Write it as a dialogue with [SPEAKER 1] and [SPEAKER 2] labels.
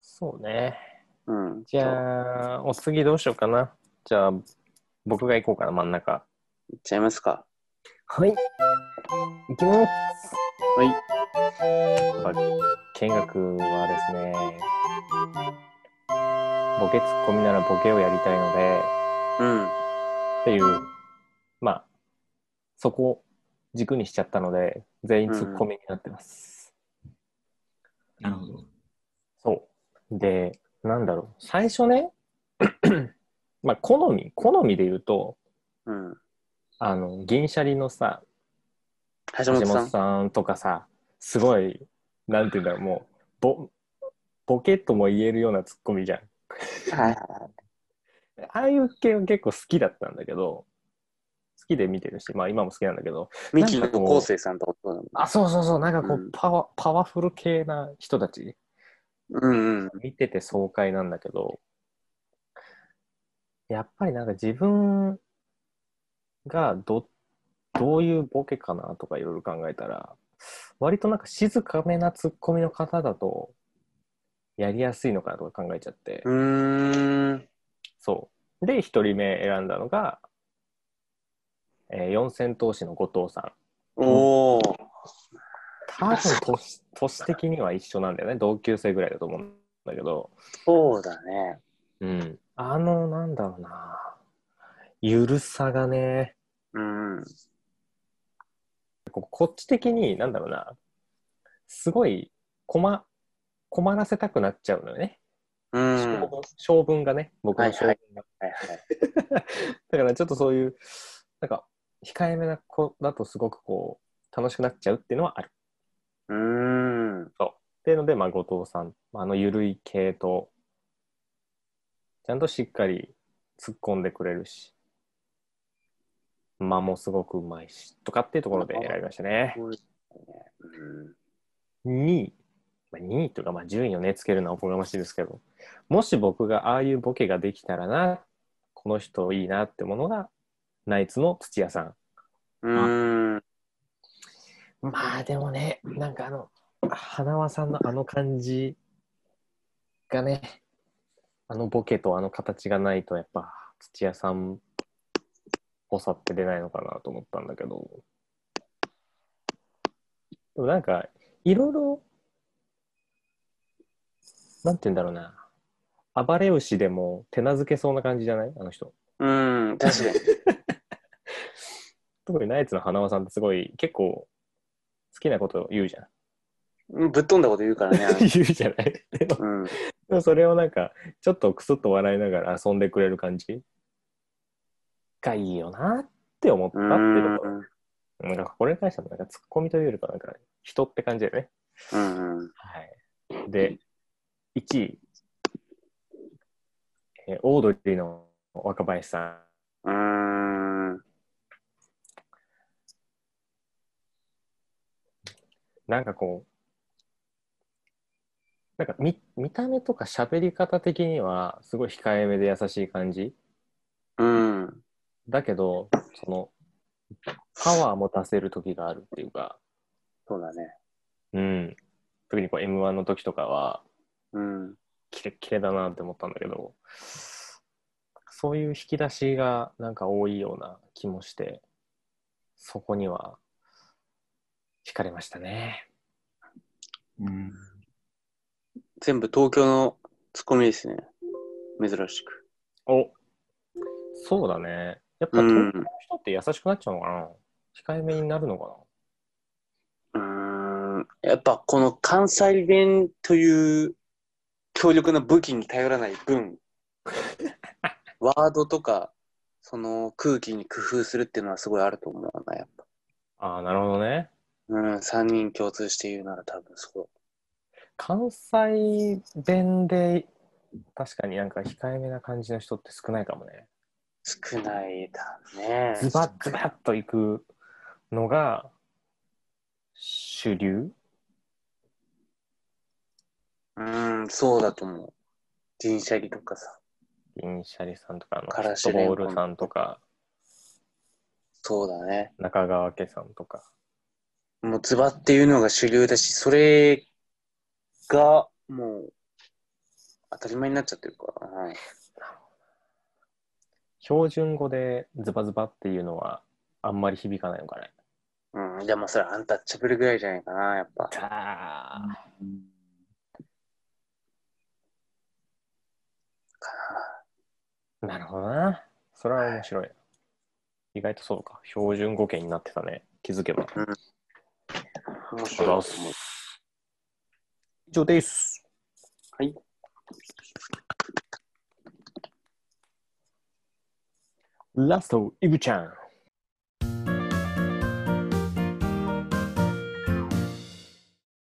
[SPEAKER 1] そうね。
[SPEAKER 2] うん。
[SPEAKER 1] じゃあ、お次どうしようかな。じゃあ、僕が行こうかな、真ん中。
[SPEAKER 2] いっちゃいますか。
[SPEAKER 1] はい。行きます。
[SPEAKER 2] はい。
[SPEAKER 1] 見学はですね、ボケツッコミならボケをやりたいので、
[SPEAKER 2] うん。
[SPEAKER 1] っていう、まあ、そこを軸にしちゃったので、全員ツッコミになってます。
[SPEAKER 3] なるほど。
[SPEAKER 1] そう。で、なんだろう。最初ね、 まあ、好み、好みで言うと、
[SPEAKER 2] うん。
[SPEAKER 1] あの、銀シャリのさ、
[SPEAKER 2] 橋
[SPEAKER 1] 橋
[SPEAKER 2] 本さ
[SPEAKER 1] 本
[SPEAKER 2] ん。
[SPEAKER 1] さんとかさ、すごい、なんていうんだろう、もう、ぼ、ボケとも言えるようなツッコミじゃん。
[SPEAKER 2] はいはい
[SPEAKER 1] ああいう系は結構好きだったんだけど、好きで見てるし、まあ今も好きなんだけど、
[SPEAKER 2] ミキの昴生さんとかそうだもんね
[SPEAKER 1] あ、そうそうそう、なんかこう、
[SPEAKER 2] うん
[SPEAKER 1] パワパワフル系な人たち、
[SPEAKER 2] うんうん。
[SPEAKER 1] 見てて爽快なんだけど、やっぱりなんか自分がど、どういうボケかなとかいろいろ考えたら、割となんか静かめなツッコミの方だと、やりやすいのかなとか考えちゃって。
[SPEAKER 2] うーん。
[SPEAKER 1] そう。で、一人目選んだのが、えー四千頭身の後藤さん。
[SPEAKER 2] おお。
[SPEAKER 1] 多分年、年的には一緒なんだよね。同級生ぐらいだと思うんだけど、
[SPEAKER 2] そうだね。
[SPEAKER 1] うん。あの、なんだろうな。ゆるさがね、
[SPEAKER 2] うん。
[SPEAKER 1] ここっち的に、なんだろうな。すごい、困、困らせたくなっちゃうのよね。
[SPEAKER 2] うん。は
[SPEAKER 1] 性
[SPEAKER 2] い
[SPEAKER 1] 分性分がね、僕の性分が。
[SPEAKER 2] はいはい。
[SPEAKER 1] だからちょっとそういう、なんか、控えめな子だとすごくこう、楽しくなっちゃうっていうのはある。
[SPEAKER 2] うーん。
[SPEAKER 1] っていうので、まあ、後藤さん、まああの緩い系と、ちゃんとしっかり突っ込んでくれるし、間もすごくうまいし、とかっていうところで選びましたね。
[SPEAKER 2] そうですねうん
[SPEAKER 1] 2位、まあ、2位というか、まあ、順位をね、つけるのはおこがましいですけど、もし僕がああいうボケができたらな、この人いいなってものが、ナイツの土屋さん。
[SPEAKER 2] うーん。
[SPEAKER 1] まあでもね、なんかあの、花輪さんのあの感じがね、あのボケとあの形がないと、やっぱ土屋さんっぽさって出ないのかなと思ったんだけど、でもなんか、いろいろ、なんて言うんだろうな、暴れ牛でも手なずけそうな感じじゃないあの人。
[SPEAKER 2] うん。確かに。
[SPEAKER 1] 特にナイツの花輪さんってすごい、結構、好きなこと言うじゃん。
[SPEAKER 2] うんぶっ飛んだこと言うからねあの 人。
[SPEAKER 1] 言うじゃないでも
[SPEAKER 2] うん。
[SPEAKER 1] でもそれをなんか、ちょっとクスッと笑いながら遊んでくれる感じがいいよなって思ったっていうところ。
[SPEAKER 2] う
[SPEAKER 1] なんかこれに関してもなんかツッコミというよりかなんか人って感じだよね。
[SPEAKER 2] んうん。
[SPEAKER 1] はい。で、1位。えーオードリーの若林さん。
[SPEAKER 2] うーん。
[SPEAKER 1] なんかこう、なんか見見た目とか喋り方的にはすごい控えめで優しい感じ。
[SPEAKER 2] うん。
[SPEAKER 1] だけど、その、パワーも出せる時があるっていうか、
[SPEAKER 2] そうだね。
[SPEAKER 1] うん。特にこう M1 の時とかは、
[SPEAKER 2] うん。
[SPEAKER 1] キレッキレだなって思ったんだけど、そういう引き出しがなんか多いような気もして、そこには惹かれましたね。
[SPEAKER 3] うん。
[SPEAKER 2] 全部東京のツッコミですね。珍しく。
[SPEAKER 1] おそうだね。やっぱ
[SPEAKER 2] う
[SPEAKER 1] 東京
[SPEAKER 2] ん
[SPEAKER 1] の。人って優しくなっちゃうのかな控えめになるのか
[SPEAKER 2] うーん。やっぱこの関西弁という強力な武器に頼らない 分、ワードとか、その空気に工夫するっていうのはすごいあると思うな、やっぱ。
[SPEAKER 1] なああ、なるほどね。
[SPEAKER 2] うん、3人共通して言うなら多分そう。
[SPEAKER 1] 関西弁で確かになんか控えめな感じの人って少ないかもね。
[SPEAKER 2] 少ないだね。
[SPEAKER 1] ズバッズバッといくのが主流
[SPEAKER 2] うん、そうだと思う。銀シャリとかさ。
[SPEAKER 1] 銀シャリさんとかあのフ
[SPEAKER 2] からし
[SPEAKER 1] ットボールさんとか
[SPEAKER 2] そうだね。
[SPEAKER 1] 中川家さんとか。
[SPEAKER 2] もうズバっていうのが主流だし、それがもう当たり前になっちゃってるから。はい。
[SPEAKER 1] 標準語でズバズバっていうのはあんまり響かないのかね。
[SPEAKER 2] うん。じゃあまあそれアンタッチャブルぐらいじゃないかな、やっぱ。
[SPEAKER 1] ああ、なるほどな。それは面白い。意外とそうか。標準語圏になってたね。気づけば。
[SPEAKER 2] 面白いと
[SPEAKER 1] 以
[SPEAKER 2] 思う。
[SPEAKER 1] 上です。
[SPEAKER 2] はい。
[SPEAKER 1] ラスト、イブちゃん。